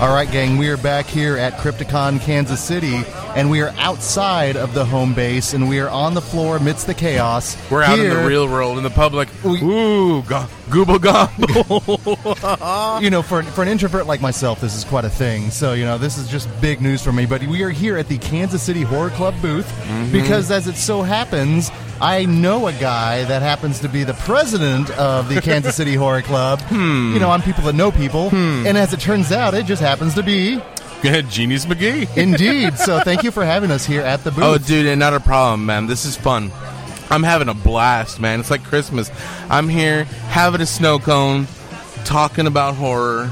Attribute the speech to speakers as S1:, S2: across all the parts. S1: All right, gang, we are back here at Crypticon, Kansas City, and we are outside of the home base, and we are on the floor amidst the chaos.
S2: We're out in
S1: Here-
S2: the real world, in the public.
S1: We-
S2: Ooh, go- goobble gobble.
S1: you know, for an, for an introvert like myself, this is quite a thing. So, you know, this is just big news for me. But we are here at the Kansas City Horror Club booth
S2: Mm-hmm.
S1: because, as it so happens, I know a guy that happens to be the president of the Kansas City Horror Club.
S2: Hmm.
S1: You know, on people that know people. And as it turns out, it just happens to be
S2: Genius McGee.
S1: indeed. so, thank you for having us here at the booth.
S2: Oh, dude, and not a problem, man. This is fun. I'm having a blast, man. It's like Christmas. I'm here having a snow cone, talking about horror.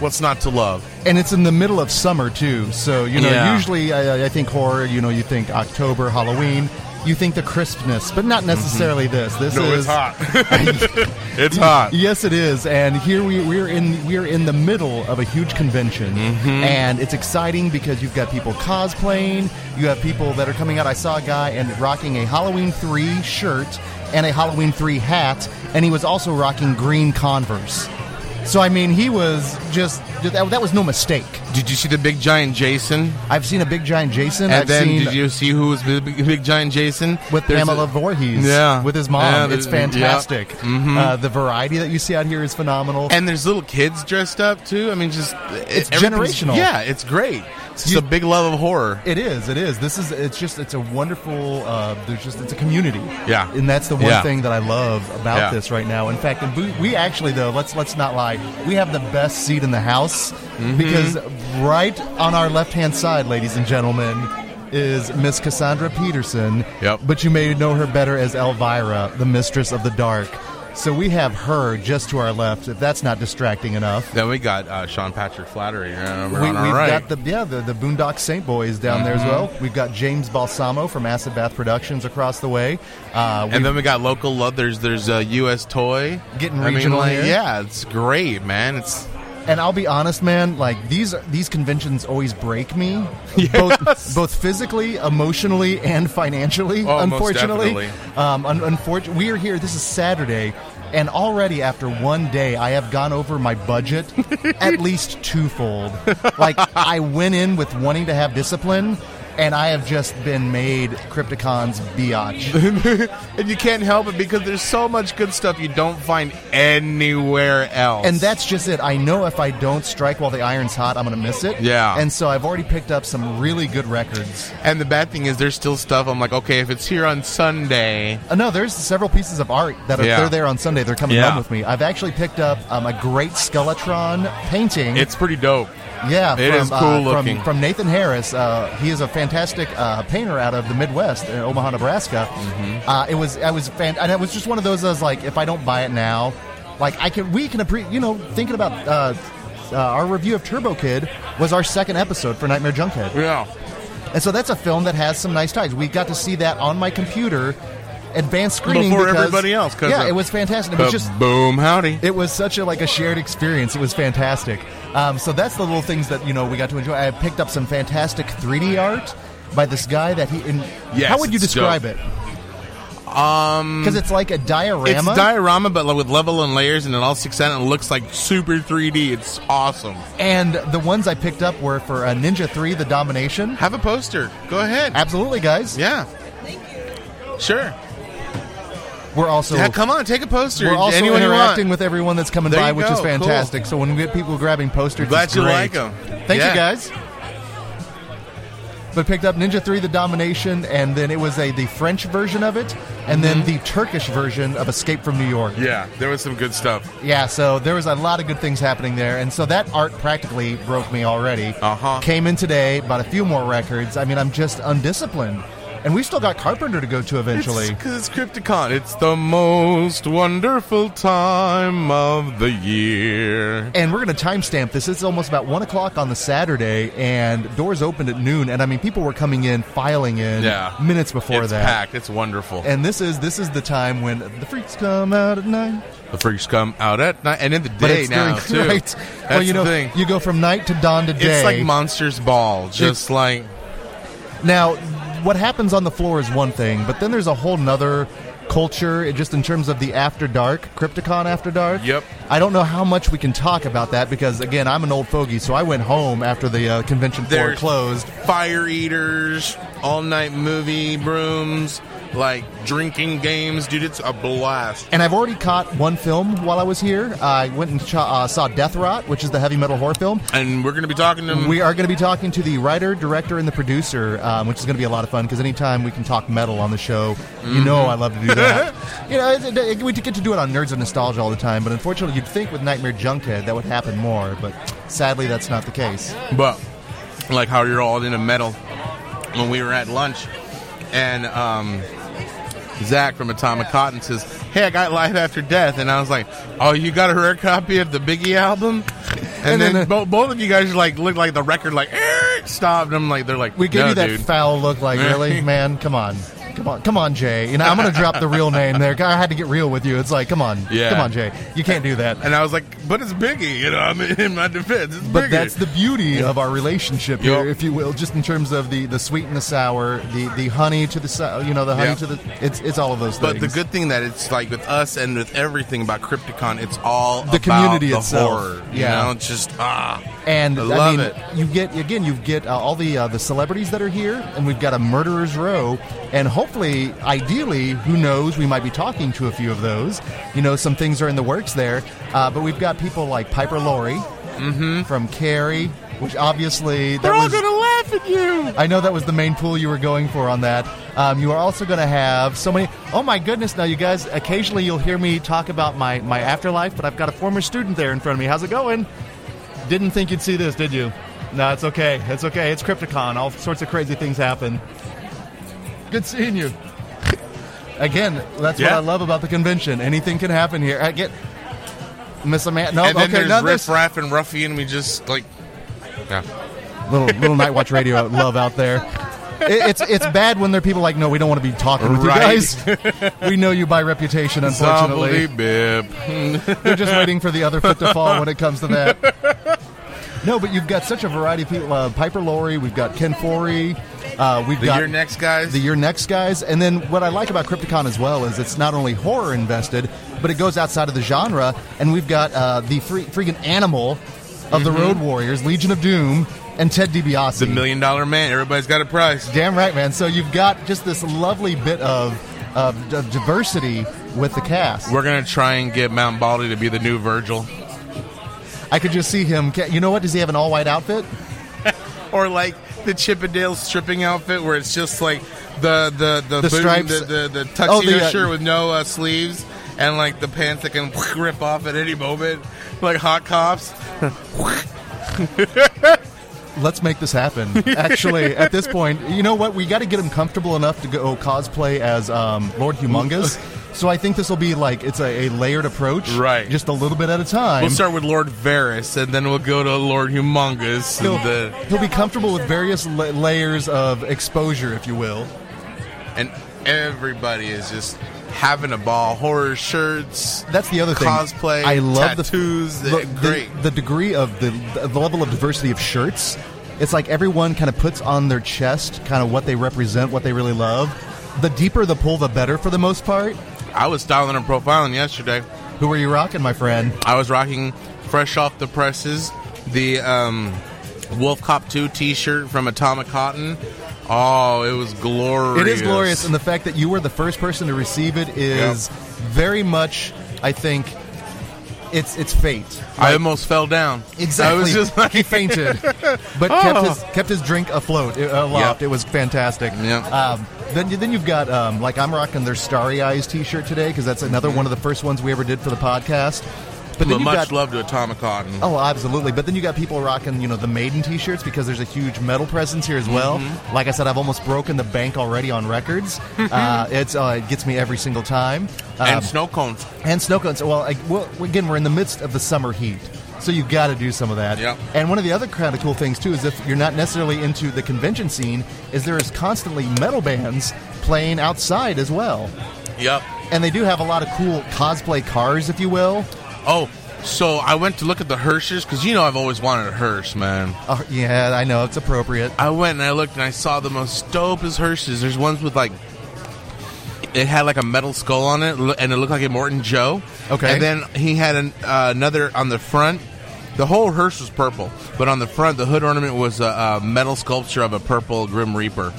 S2: What's not to love?
S1: and it's in the middle of summer too. So you know,
S2: Yeah.
S1: usually I, I think horror. You know, you think October, Halloween. You think the crispness, but not necessarily this. This is
S2: it's hot.
S1: Yes, it is. And here we, we're in we're in the middle of a huge convention, and it's exciting because you've got people cosplaying. You have people that are coming out. I saw a guy and rocking a Halloween three shirt and a Halloween three hat, and he was also rocking green Converse. So I mean, he was just that, that was no mistake.
S2: Did you see the big giant Jason?
S1: I've seen a big giant Jason.
S2: And
S1: I've
S2: then
S1: seen
S2: did you see who was the big, big giant Jason?
S1: with
S2: There's
S1: Pamela
S2: a-
S1: Voorhees.
S2: Yeah.
S1: with his mom.
S2: Yeah,
S1: it's
S2: yeah. Mm-hmm.
S1: fantastic. Uh, the variety that you see out here is phenomenal.
S2: and there's little kids dressed up too. I mean, just
S1: It's
S2: everything's-
S1: generational.
S2: Yeah, it's great. It's just
S1: You-
S2: a big love of horror.
S1: it is. It is. This is. It's just. It's a wonderful. Uh, there's just. It's a community.
S2: Yeah.
S1: And that's the one
S2: Yeah.
S1: thing that I love about
S2: Yeah.
S1: this right now. In fact, and we, we actually though let's let's not lie. We have the best seat in the house
S2: Mm-hmm.
S1: because right on our left hand side, ladies and gentlemen, is Miss Cassandra Peterson.
S2: Yep.
S1: But you may know her better as Elvira, the Mistress of the Dark. So we have her just to our left. If that's not distracting enough.
S2: Then we got uh, Sean Patrick Flattery. Uh,
S1: We,
S2: we,
S1: we've
S2: on our right. Mm-hmm.
S1: got the yeah the, the Boondock Saint Boys down there as well. We've got James Balsamo from Acid Bath Productions across the way. Uh,
S2: and then we got local love. There's there's a U.S. toy
S1: Getting
S2: I mean,
S1: regional
S2: like,
S1: here.
S2: Yeah, it's great, man. It's
S1: And I'll be honest, man. Like these these conventions always break me, both both physically, emotionally, and financially.
S2: Oh, most
S1: unfortunately,
S2: definitely.
S1: um, un- unfortunately, we are here. This is Saturday, and already after one day, I have gone over my budget at least twofold. Like I went in with wanting to have discipline. And I have just been made Crypticon's biatch.
S2: and you can't help it because there's so much good stuff you don't find anywhere else.
S1: And that's just it. I know if I don't strike while the iron's hot, I'm going to miss it.
S2: Yeah.
S1: And so I've already picked up some really good records.
S2: and the bad thing is there's still stuff. I'm like, okay, if it's here on Sunday,
S1: Uh, no, there's several pieces of art that are
S2: Yeah.
S1: they're there on Sunday. They're coming
S2: Yeah.
S1: home with me. I've actually picked up um, a great Skeletron painting.
S2: it's pretty dope.
S1: yeah,
S2: it
S1: from,
S2: is
S1: uh,
S2: cool
S1: from-
S2: looking.
S1: From, Nathan Harris. Uh, he is a fantastic uh, painter out of the Midwest, in Omaha, Nebraska.
S2: Mm-hmm.
S1: Uh, it was I was fan- and it was just one of those. I was like, if I don't buy it now, like I can we can appre- you know thinking about. Uh, uh, our review of Turbo Kid was our second episode for Nightmare Junkhead.
S2: Yeah.
S1: And so that's a film that has some nice ties. We got to see that on my computer, advanced screening
S2: Before
S1: because-
S2: everybody else, 'cause
S1: Yeah,
S2: of-
S1: it was fantastic. It was
S2: But
S1: just.
S2: boom, howdy.
S1: It was such a like a shared experience. It was fantastic. Um, so that's the little things that you know we got to enjoy. I picked up some fantastic 3D art by this guy that he. And
S2: Yes,
S1: how would you
S2: it's
S1: describe
S2: dope.
S1: it? Um, because it's like a diorama.
S2: It's diorama, but like with level and layers, and it all sticks out and it looks like super 3D. It's awesome.
S1: and the ones I picked up were for uh, Ninja Three: The Domination.
S2: Have a poster. Go ahead.
S1: Absolutely, guys.
S2: yeah. Sure.
S1: We're also
S2: Yeah, come on, take a poster.
S1: We're also
S2: Anyone you want.
S1: interacting with everyone that's coming
S2: There
S1: by,
S2: you
S1: which
S2: go.
S1: is fantastic. So when we get people grabbing posters,
S2: Glad
S1: it's
S2: you
S1: great.
S2: like 'em.
S1: Thank
S2: Yeah.
S1: you guys. But picked up Ninja Three: The Domination, and then it was a the French version of it, and then
S2: Mm-hmm.
S1: the Turkish version of Escape from New York.
S2: Yeah, there was some good stuff.
S1: Yeah, so there was a lot of good things happening there, and so that art practically broke me already.
S2: Uh-huh.
S1: Came in today, bought a few more records. I mean, I'm just undisciplined, and we still got Carpenter to go to eventually.
S2: Because it's, Crypticon. It's the most wonderful time of the year.
S1: And we're going to timestamp this. It's almost about one o'clock on the Saturday, and doors opened at noon. And I mean, people were coming in, filing in,
S2: Yeah.
S1: minutes before
S2: it's
S1: that.
S2: packed. It's wonderful.
S1: And this is this is the time when the freaks come out at night.
S2: the freaks come out at night and in the
S1: But
S2: day
S1: it's
S2: now
S1: during
S2: too.
S1: right.
S2: That's
S1: well, you know,
S2: the thing.
S1: you go from night to dawn to day.
S2: It's like Monsters Ball. Just like
S1: Now, what happens on the floor is one thing, but then there's a whole nother culture, it- just in terms of the After Dark, Crypticon After Dark.
S2: Yep.
S1: I don't know how much we can talk about that because, again, I'm an old fogey, so I went home after the uh, convention floor
S2: There's
S1: closed.
S2: fire eaters, all night movie brooms, like drinking games. Dude, it's a blast.
S1: And I've already caught one film while I was here. I went and cha- uh, saw Death Rot, which is the heavy metal horror film.
S2: And we're going to be talking to them.
S1: We are going to be talking to the writer, director, and the producer, um, which is going to be a lot of fun because anytime we can talk metal on the show, you know
S2: Mm-hmm.
S1: I love to do that. you know, it's- it- we get to do it on Nerds of Nostalgia all the time, but unfortunately, you'd think with Nightmare Junkhead that would happen more, but sadly, that's not the case.
S2: but like how you're all into metal. When we were at lunch, and um, Zach from Atomic Cotton says, "Hey, I got Life After Death," and I was like, "Oh, you got a rare copy of the Biggie album?"
S1: And
S2: And, then,
S1: then, uh,
S2: bo- both of you guys like looked like the record like "Eh," stopped. And I'm like, they're like,
S1: We give
S2: no,
S1: you that
S2: dude.
S1: foul look like, really? Man, come on. Come on, come on, Jay. You know, I'm going to drop the real name there. I had to get real with you. It's like, come on.
S2: Yeah.
S1: Come on, Jay. You can't do that.
S2: and I was like, "But it's Biggie," you know. I mean, in my defense, it's
S1: But
S2: Biggie.
S1: that's the beauty of our relationship
S2: Yep.
S1: here, if you will, just in terms of the, the sweet and the sour, the, the honey to the sour, you know, the honey
S2: Yeah.
S1: to the it's it's all of those
S2: But
S1: things.
S2: the good thing that it's like with us and with everything about Crypticon, it's all
S1: The
S2: about
S1: community
S2: the
S1: itself.
S2: horror. You
S1: Yeah.
S2: know, it's just ah,
S1: and
S2: I
S1: I,
S2: love
S1: mean,
S2: it.
S1: you get again, you get uh, all the uh, the celebrities that are here, and we've got a murderers row, and hopefully, ideally, who knows, we might be talking to a few of those. You know, some things are in the works there, uh, but we've got people like Piper Laurie
S2: Mm-hmm.
S1: from Carrie, which obviously
S2: they're
S1: that
S2: all
S1: was,
S2: gonna laugh at you.
S1: I know that was the main pool you were going for on that. Um, you are also going to have so many. Oh my goodness! Now you guys, occasionally you'll hear me talk about my my afterlife, but I've got a former student there in front of me. How's it going? Didn't think you'd see this, did you? No, it's okay. It's okay. It's Crypticon. All sorts of crazy things happen. Good seeing you. Again, that's
S2: Yeah.
S1: what I love about the convention. Anything can happen here. I get Miss Amanda. No,
S2: and then
S1: Oh, okay, no,
S2: there's
S1: this
S2: Riff Raff and Ruffy, and we just like, yeah.
S1: little little Night Watch Radio love out there. It, it's it's bad when there are people like, no, we don't want to be talking with
S2: Right.
S1: you guys. We know you by reputation, unfortunately.
S2: Zombie-bib.
S1: They're just waiting for the other foot to fall when it comes to that. No, but you've got such a variety of people. Uh, Piper Laurie, we've got Ken Forey, uh, we've
S2: The
S1: got
S2: year next, guys.
S1: the year next guys and then what i like about crypticon as well is it's not only horror invested but it goes outside of the genre and we've got uh, the free, freaking animal of the road warriors legion of doom and ted DiBiase
S2: Mm-hmm. the million dollar man. Everybody's got a price.
S1: Damn right, man. So you've got just this lovely bit of, of, of diversity with the cast.
S2: We're gonna try and get Mount Baldy to be the new Virgil,
S1: I could just see him. ca- You know what? Does he have an all white outfit?
S2: or like the Chippendale stripping outfit, where it's just like the the the,
S1: The
S2: boot-
S1: stripes.
S2: the, the, the tuxedo
S1: Oh, the, uh,
S2: shirt with no uh, sleeves, and like the pants that can rip off at any moment, like hot cops.
S1: Let's make this happen. Actually, at this point, you know what? We got to get him comfortable enough to go cosplay as um, Lord Humongous. So I think this will be like it's a, a layered approach,
S2: Right.
S1: Just a little bit at a time.
S2: We'll start with Lord Varus, and then we'll go to Lord Humongous.
S1: he'll,
S2: And, the,
S1: he'll be comfortable with various la- layers of exposure, if you will.
S2: and everybody is just having a ball. Horror shirts.
S1: That's the other thing.
S2: Cosplay,
S1: I love
S2: tattoos,
S1: The,
S2: they're
S1: the-
S2: great.
S1: The, degree of the, the level of diversity of shirts. It's like everyone kind of puts on their chest kind of what they represent, what they really love. The deeper the pull, the better for the most part.
S2: I was styling and profiling yesterday.
S1: Who are you rocking, my friend?
S2: I was rocking fresh off the presses the um, Wolf Cop 2 t shirt from Atomic Cotton. Oh, it was glorious.
S1: It is glorious, and the fact that you were the first person to receive it is very much, I think, it's it's fate.
S2: I almost fell down.
S1: Exactly.
S2: I was just
S1: he
S2: like,
S1: fainted, but kept his kept his drink afloat, uh, aloft.
S2: Yep.
S1: It was fantastic.
S2: Yep.
S1: Um, then you- then you've got um, like I'm rocking their Starry Eyes T-shirt today because that's another one of the first ones we ever did for the podcast. But
S2: but
S1: then you've
S2: much
S1: got
S2: love to Atomic Cotton.
S1: oh absolutely. But then you got people rocking you know the Maiden T-shirts because there's a huge metal presence here as well.
S2: Mm-hmm.
S1: Like I said, I've almost broken the bank already on records. uh, it's uh, it gets me every single time. Um,
S2: and snow cones.
S1: and snow cones. Well, I, well, again, we're in the midst of the summer heat, so you've got to do some of that.
S2: Yep.
S1: And one of the other kind of cool things too is if you're not necessarily into the convention scene, is there is constantly metal bands playing outside as well,
S2: Yep.
S1: and they do have a lot of cool cosplay cars, if you will.
S2: Oh, so I went to look at the Hirsches because you know I've always wanted a Hirsch, man.
S1: Uh, yeah, I know it's appropriate.
S2: I went and I looked and I saw the most dopest hearses. There's ones with like it had like a metal skull on it, lo- and it looked like a Morton Joe.
S1: Okay.
S2: And then he had an, uh, another on the front. The whole hearse was purple, but on the front, the hood ornament was a, a metal sculpture of a purple Grim Reaper.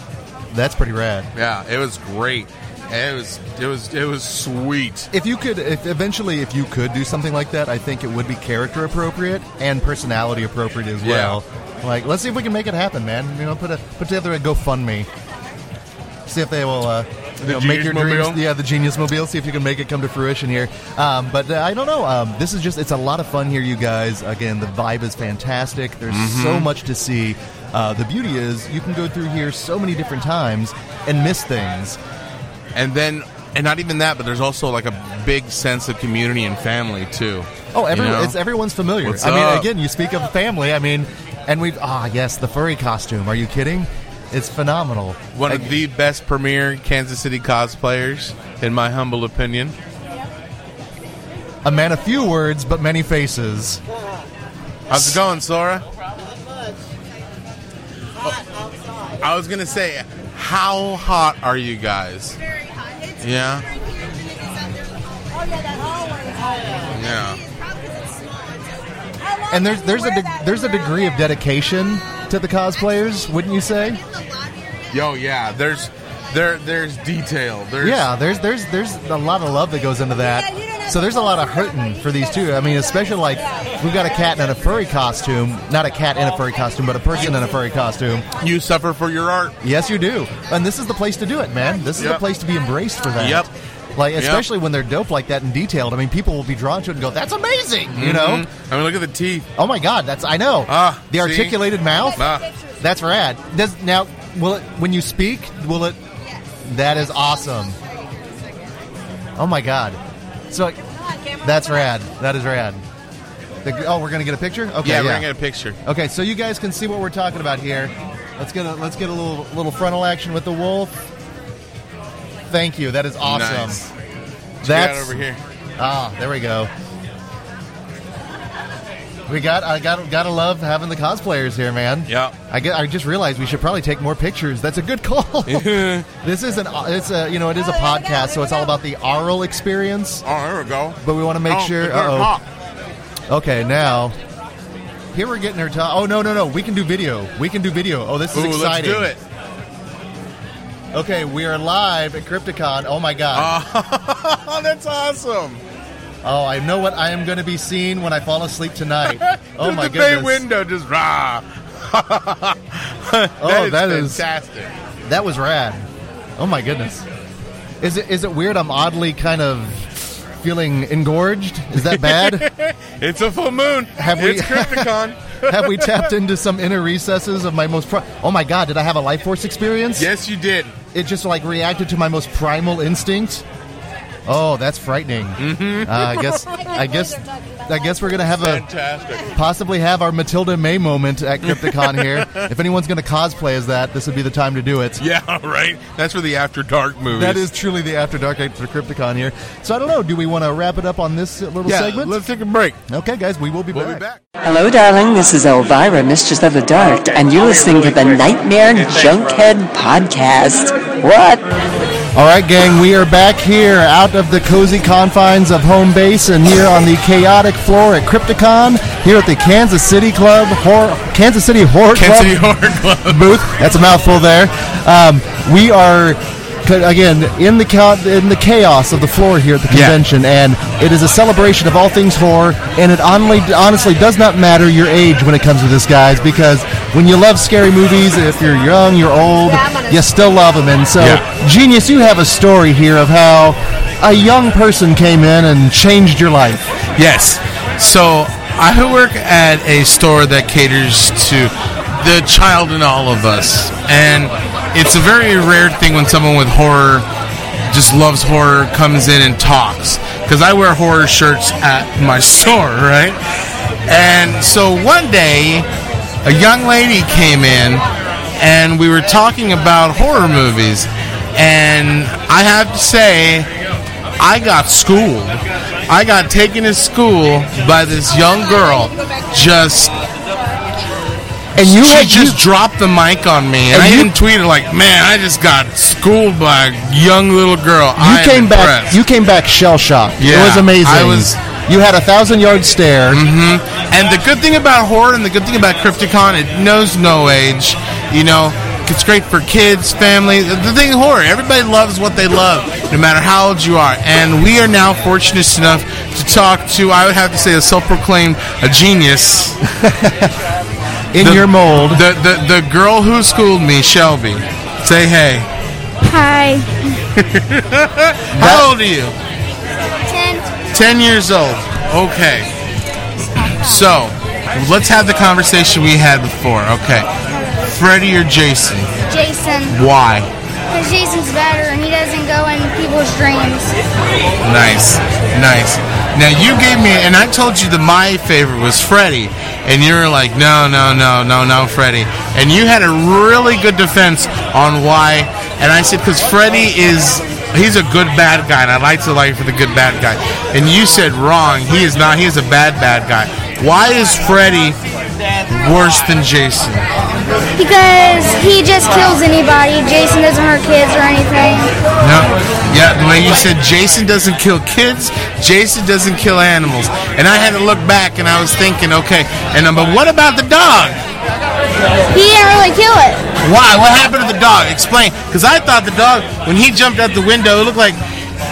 S1: That's pretty rad.
S2: Yeah, it was great. It was it was it was sweet.
S1: If you could, if eventually, if you could do something like that, I think it would be character appropriate and personality appropriate as
S2: Yeah.
S1: well. Like, let's see if we can make it happen, man. You know, put a put together a GoFundMe. See if they will uh, you
S2: The
S1: know, make your
S2: Genius
S1: dreams.
S2: Mobile?
S1: Yeah, the Genius Mobile. See if you can make it come to fruition here. Um, but uh, I don't know. Um, this is just—it's a lot of fun here, you guys. Again, the vibe is fantastic. There's
S2: Mm-hmm.
S1: so much to see. Uh, the beauty is you can go through here so many different times and miss things.
S2: And then and not even that, but there's also like a big sense of community and family too.
S1: Oh, every,
S2: You know?
S1: it's everyone's familiar.
S2: What's
S1: I mean,
S2: up?
S1: again, you speak of family. I mean, and we've ah yes, the furry costume. Are you kidding? It's phenomenal.
S2: one
S1: Like,
S2: of the best premier Kansas City cosplayers, in my humble opinion.
S1: a man of few words but many faces.
S2: How's it going, Sora?
S3: hot outside.
S2: I was gonna say, how hot are you guys?
S3: Very hot. It's
S2: Yeah.
S3: colder in here than it is out there. Oh yeah, that's always hot.
S2: Yeah.
S3: It's probably 'cause it's small. It's- I love
S1: And there's
S3: how you
S1: there's a
S3: wear
S1: de-
S3: that
S1: there's a
S3: around
S1: degree of
S3: there.
S1: dedication to the cosplayers, wouldn't you say?
S3: In the lobby area,
S2: Yo, yeah. There's there there's detail. There's
S1: Yeah, there's there's there's a lot of love that goes into that. So there's a lot of hurting for these two. I mean, especially like we've got a cat in a furry costume, not a cat in a furry costume, but a person in a furry costume.
S2: you suffer for your art.
S1: Yes, you do. And this is the place to do it, man. This is the
S2: Yep.
S1: place to be embraced for that.
S2: Yep.
S1: Like especially when they're dope like that and detailed. I mean, people will be drawn to it and go, "That's amazing!" You know?
S2: Mhm. I mean, look at the teeth.
S1: Oh my God, that's I know.
S2: Ah,
S1: the
S2: see?
S1: articulated mouth.
S2: Ah.
S1: That's rad. Does now will it when you speak? Will it? That is awesome. Oh my God. So that's rad. That is rad. The- oh, we're gonna get a picture. Okay.
S2: yeah, we're gonna get a picture.
S1: Okay, so you guys can see what we're talking about here. Let's get a let's get a little little frontal action with the wolf. Thank you. That is awesome.
S2: Nice.
S1: That's
S2: Get out over here.
S1: ah, there we go. We got I got gotta love having the cosplayers here, man.
S2: Yep.
S1: I get, I just realized we should probably take more pictures. That's a good call. this is an it's a you know it is a
S3: Oh, there we go,
S1: podcast, so
S3: there
S1: it's
S3: we
S1: all
S3: go.
S1: about the aural experience.
S2: Oh, there we go.
S1: But we want to make
S2: Oh,
S1: sure.
S2: it's gonna
S1: uh-oh.
S2: pop.
S1: Okay, now here we're getting her top. Oh no, no, no! We can do video. We can do video. Oh, this is
S2: Ooh, let's
S1: exciting.
S2: do it.
S1: Okay, we are live at Crypticon. Oh my
S2: Uh,
S1: god!
S2: Oh, that's awesome.
S1: oh, I know what I am going to be seeing when I fall asleep tonight. oh
S2: Just
S1: my
S2: the bay
S1: goodness!
S2: window just rah.
S1: Oh, that is-
S2: fantastic.
S1: That was rad. Oh my goodness! Is it is it weird? I'm oddly kind of feeling engorged. Is that bad?
S2: It's a full moon.
S1: Have we-
S2: it's Crypticon.
S1: Have we tapped into some inner recesses of my most? Pri- oh my god! Did I have a life force experience?
S2: yes, you did.
S1: it just like reacted to my most primal instinct. Oh, that's frightening. Mm-hmm. Uh, I guess I guess I guess we're gonna have a
S2: Fantastic.
S1: possibly have our Matilda May moment at Crypticon here. If anyone's gonna cosplay as that, this would be the time to do it.
S2: Yeah, right. That's for the after dark movies.
S1: That is truly the after dark after Crypticon here. So I don't know. Do we want to wrap it up on this little
S2: Yeah,
S1: segment?
S2: let's take a break.
S1: okay, guys, we will be
S2: We'll
S1: back.
S2: be back.
S4: Hello, darling. This is Elvira, Mistress of the Dark, and you're listening to the Nightmare Junkhead podcast. What?
S1: All right, gang, we are back here out of the cozy confines of home base and here on the chaotic floor at Crypticon here at the Kansas City Club, Hor- Kansas City Horror
S2: Kansas
S1: Club
S2: City Horror Club.
S1: booth. That's a mouthful there. Um, we are c- again in the cha- in the chaos of the floor here at the
S2: Yeah.
S1: convention, and it is a celebration of all things horror. And it only, honestly does not matter your age when it comes to this, guys, because when you love scary movies, if you're young, you're old, you still love them. And so,
S2: Yeah.
S1: genius, you have a story here of how a young person came in and changed your life.
S2: Yes. So I work at a store that caters to the child in all of us, and it's a very rare thing when someone with horror just loves horror comes in and talks because I wear horror shirts at my store, right? And so one day, a young lady came in, and we were talking about horror movies, and I have to say, I got schooled. I got taken to school by this young girl. Just
S1: and you
S2: she
S1: had
S2: just
S1: you-
S2: dropped the mic on me, and,
S1: And
S2: I
S1: you-
S2: even tweeted like, "Man, I just got schooled by a young little girl."
S1: You
S2: I am
S1: came back.
S2: impressed."
S1: You came back shell shocked.
S2: Yeah,
S1: it was amazing.
S2: I was-
S1: You had a thousand yard stare.
S2: hmm And the good thing about horror and the good thing about Crypticon, it knows no age. You know, it's great for kids, family. The thing horror, everybody loves what they love, no matter how old you are. And we are now fortunate enough to talk to, I would have to say, a self-proclaimed a genius.
S1: in
S2: The-
S1: your mold.
S2: The, the the girl who schooled me, Shelby. Say hey.
S5: Hi.
S2: How old are you?
S3: Ten.
S2: 10 years old. Okay. So, let's have the conversation we had before. Okay. Freddy or Jason?
S3: Jason.
S2: Why?
S3: Because Jason's better and he doesn't go in people's dreams.
S2: Nice. Nice. Now, you gave me, and I told you that my favorite was Freddy. And you were like, no, no, no, no, no, Freddy. And you had a really good defense on why. And I said, because Freddy is. He's a good bad guy, and I like to like for the good bad guy. And you said wrong. He is not. He is a bad bad guy. Why is Freddy worse than Jason?
S3: Because he just kills anybody. Jason doesn't hurt kids or anything.
S2: No. Yeah, the way you said Jason doesn't kill kids, Jason doesn't kill animals. And I had to look back and I was thinking, okay, and I'm, but what about the dog?
S3: He didn't really kill it.
S2: Why? What happened to the dog? Explain. Because I thought the dog, when he jumped out the window, it looked like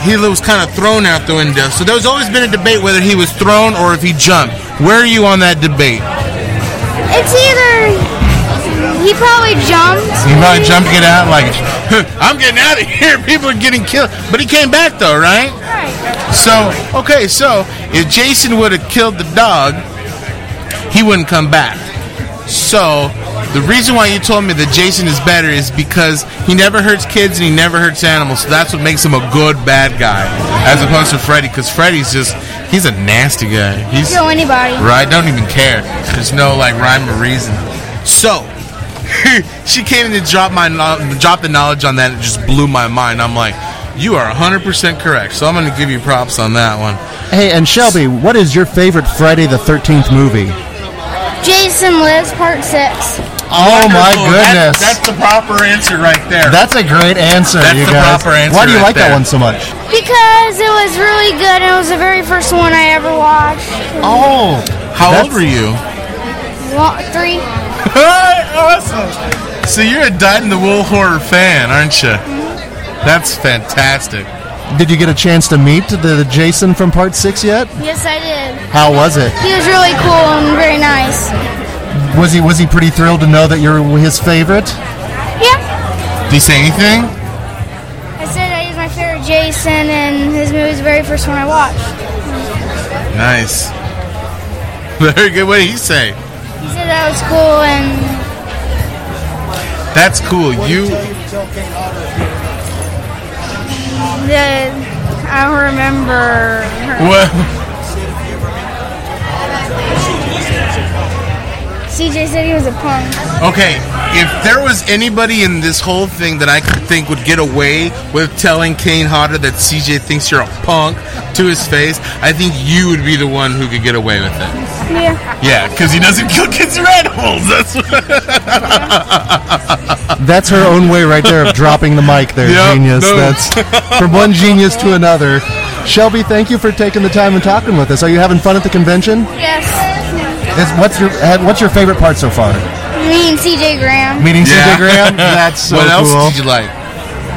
S2: he was kind of thrown out the window. So there's always been a debate whether he was thrown or if he jumped. Where are you on that debate?
S3: It's either he probably jumped.
S2: He probably jumped it out like, I'm getting out of here. People are getting killed. But he came back though, right?
S3: Right.
S2: So okay, so if Jason would have killed the dog, he wouldn't come back. So the reason why you told me that Jason is better is because he never hurts kids and he never hurts animals. So that's what makes him a good bad guy, as opposed to Freddy, because Freddy's just—he's a nasty guy. He's
S3: Kill anybody.
S2: Right? Don't even care. There's no like rhyme or reason. So, she came in to drop my kno- drop the knowledge on that. It just blew my mind. I'm like, you are 100% correct. So I'm going to give you props on that one.
S1: Hey, and Shelby, what is your favorite Friday the Thirteenth movie?
S3: Jason lives part six.
S1: Oh my
S2: Wonderful. That-
S1: goodness,
S2: that's the proper answer right there.
S1: That's a great answer,
S2: That's
S1: you
S2: the
S1: guys.
S2: proper answer
S1: Why do you
S2: right
S1: like that
S2: there.
S1: one so much?
S3: Because it was really good and it was the very first one I ever watched.
S1: Oh,
S2: How old were you?
S3: Wa- Three.
S2: awesome. So you're a dyed in the wool horror fan, aren't you? That's fantastic.
S1: Did you get a chance to meet the, the Jason from Part Six yet?
S3: Yes, I did.
S1: How was it?
S3: He was really cool and very nice.
S1: Was he was he pretty thrilled to know that you're his favorite?
S3: Yeah.
S2: Did he say anything?
S3: I said that he's my favorite Jason and his movie was the very first one I watched.
S2: Nice. Very good. What did he say?
S3: He said that was cool and
S2: That's cool. You
S3: the I don't remember her.
S2: what?
S3: CJ said he was a punk.
S2: Okay, if there was anybody in this whole thing that I could think would get away with telling Kane Hodder that CJ thinks you're a punk to his face, I think you would be the one who could get away with it.
S3: Yeah.
S2: Yeah, because he doesn't kill kids in rat holes. That's what.
S1: That's her own way right there of dropping the mic there,
S2: Yep,
S1: genius.
S2: no.
S1: That's from one genius to another. Shelby, thank you for taking the time and talking with us. Are you having fun at the convention?
S3: Yes.
S1: Is, what's your had- what's your favorite part so far?
S3: Me and CJ Graham.
S1: Meeting CJ Graham. That's so
S2: what else
S1: cool.
S2: did you like?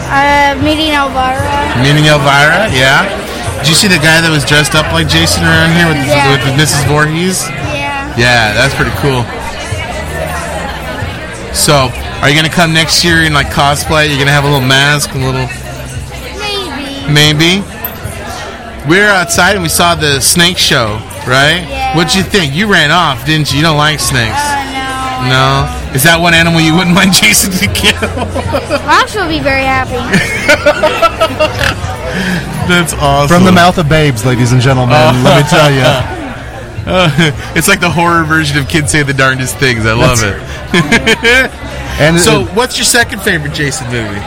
S3: Uh, meeting Elvira.
S2: Meeting Elvira. Yeah. Did you see the guy that was dressed up like Jason around here with,
S3: Yeah.
S2: with Mrs. Voorhees?
S3: Yeah.
S2: Yeah, that's pretty cool. So, are you gonna come next year in like cosplay? You're gonna have a little mask, and a little
S3: Maybe.
S2: maybe. We were outside and we saw the snake show, right?
S3: Yeah.
S2: What'd you think? You ran off, didn't you? You don't like snakes.
S3: Uh, no.
S2: no. Is that one animal you wouldn't want Jason to kill?
S3: Rox will be very happy.
S2: that's awesome.
S1: From the mouth of babes, ladies and gentlemen.
S2: Oh.
S1: let me tell you.
S2: it's like the horror version of Kids Say the Darndest Things. I love it.
S1: And
S2: so,
S1: so
S2: what's your second favorite Jason movie?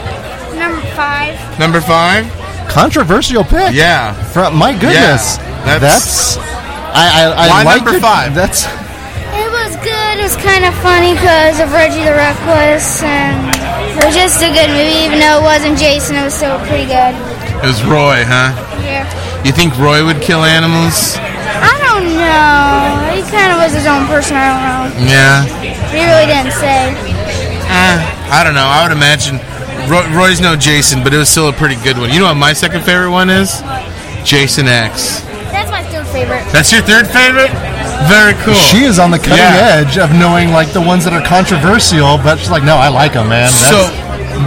S3: Number five.
S2: Number five?
S1: controversial pick.
S2: Yeah.
S1: From, my goodness.
S2: Yeah, that's-
S1: that's. I, I, I
S2: Why
S1: like
S2: number
S1: it.
S2: five?
S1: That's
S3: It was good it was kind of funny because of Reggie the Reckless, and it was just a good movie, even though it wasn't Jason, it was still pretty good.
S2: It was Roy, huh?
S3: Yeah.
S2: You think Roy would kill animals?
S3: I don't know. He kind of was his own person, I don't know.
S2: Yeah.
S3: He really didn't say.
S2: Eh, I don't know. I would imagine. Roy, Roy's no Jason, but it was still a pretty good one. You know what my second favorite one is? Jason X.
S3: That's my third favorite.
S2: That's your third favorite? Very cool.
S1: She is on the cutting
S2: Yeah.
S1: edge of knowing like the ones that are controversial, but she's like, no, I like them, man. That's-
S2: So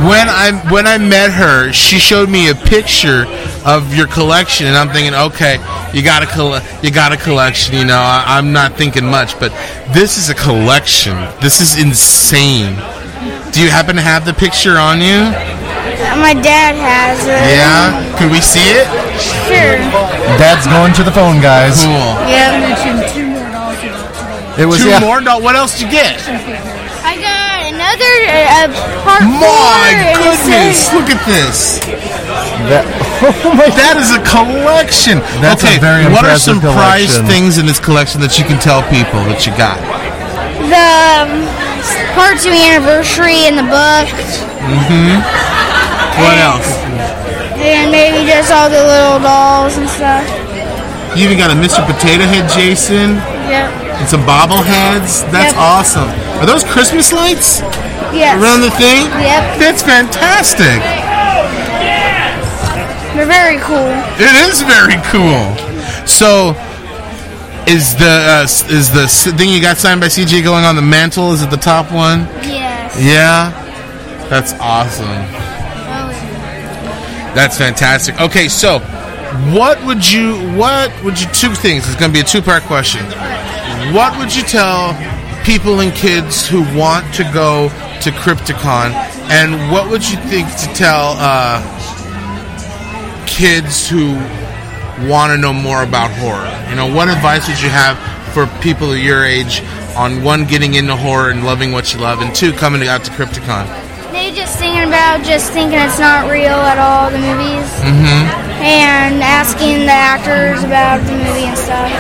S2: when I when I met her, she showed me a picture of your collection, and I'm thinking, okay, you got a colle- you got a collection. You know, I, I'm not thinking much, but this is a collection. This is insane. Do you happen to have the picture on you?
S3: Uh, My dad has it.
S2: Yeah. Could we see it?
S3: Sure.
S1: Dad's going to the phone, guys.
S2: Cool.
S3: Yeah.
S1: It was
S2: Two
S1: yeah.
S2: more. No, what else did you get?
S3: I got another uh, uh, part four.
S2: My
S3: and it
S2: goodness!
S3: says-
S2: Look at this.
S1: That, oh my
S2: That is a collection.
S1: That's a
S2: okay,
S1: very
S2: what are
S1: impressive
S2: some prized
S1: collection.
S2: things in this collection that you can tell people that you got?
S3: The um, part two anniversary in the book,
S2: What else?
S3: and maybe just all the little dolls and stuff.
S2: You even got a Mr. Potato Head Jason
S3: Yep.
S2: and some bobbleheads. That's
S3: Yep.
S2: awesome. Are those Christmas lights
S3: Yes.
S2: around the thing?
S3: Yep.
S2: That's fantastic.
S3: They're very cool.
S2: It is very cool. So, is the uh, s- is the s- thing you got signed by CJ going on the mantle? Is it the top one?
S3: Yes.
S2: Yeah. That's awesome. That's fantastic. Okay, so what would you what would you two things? It's going to be a two-part question. What would you tell people and kids who want to go to Crypticon and what would you think to tell uh, kids who want to know more about horror? You know, what advice would you have for people your age on one getting into horror and loving what you love and two coming out to Crypticon?
S3: They just thinking about just thinking it's not real at all the movies, and asking the actors about the movie and stuff.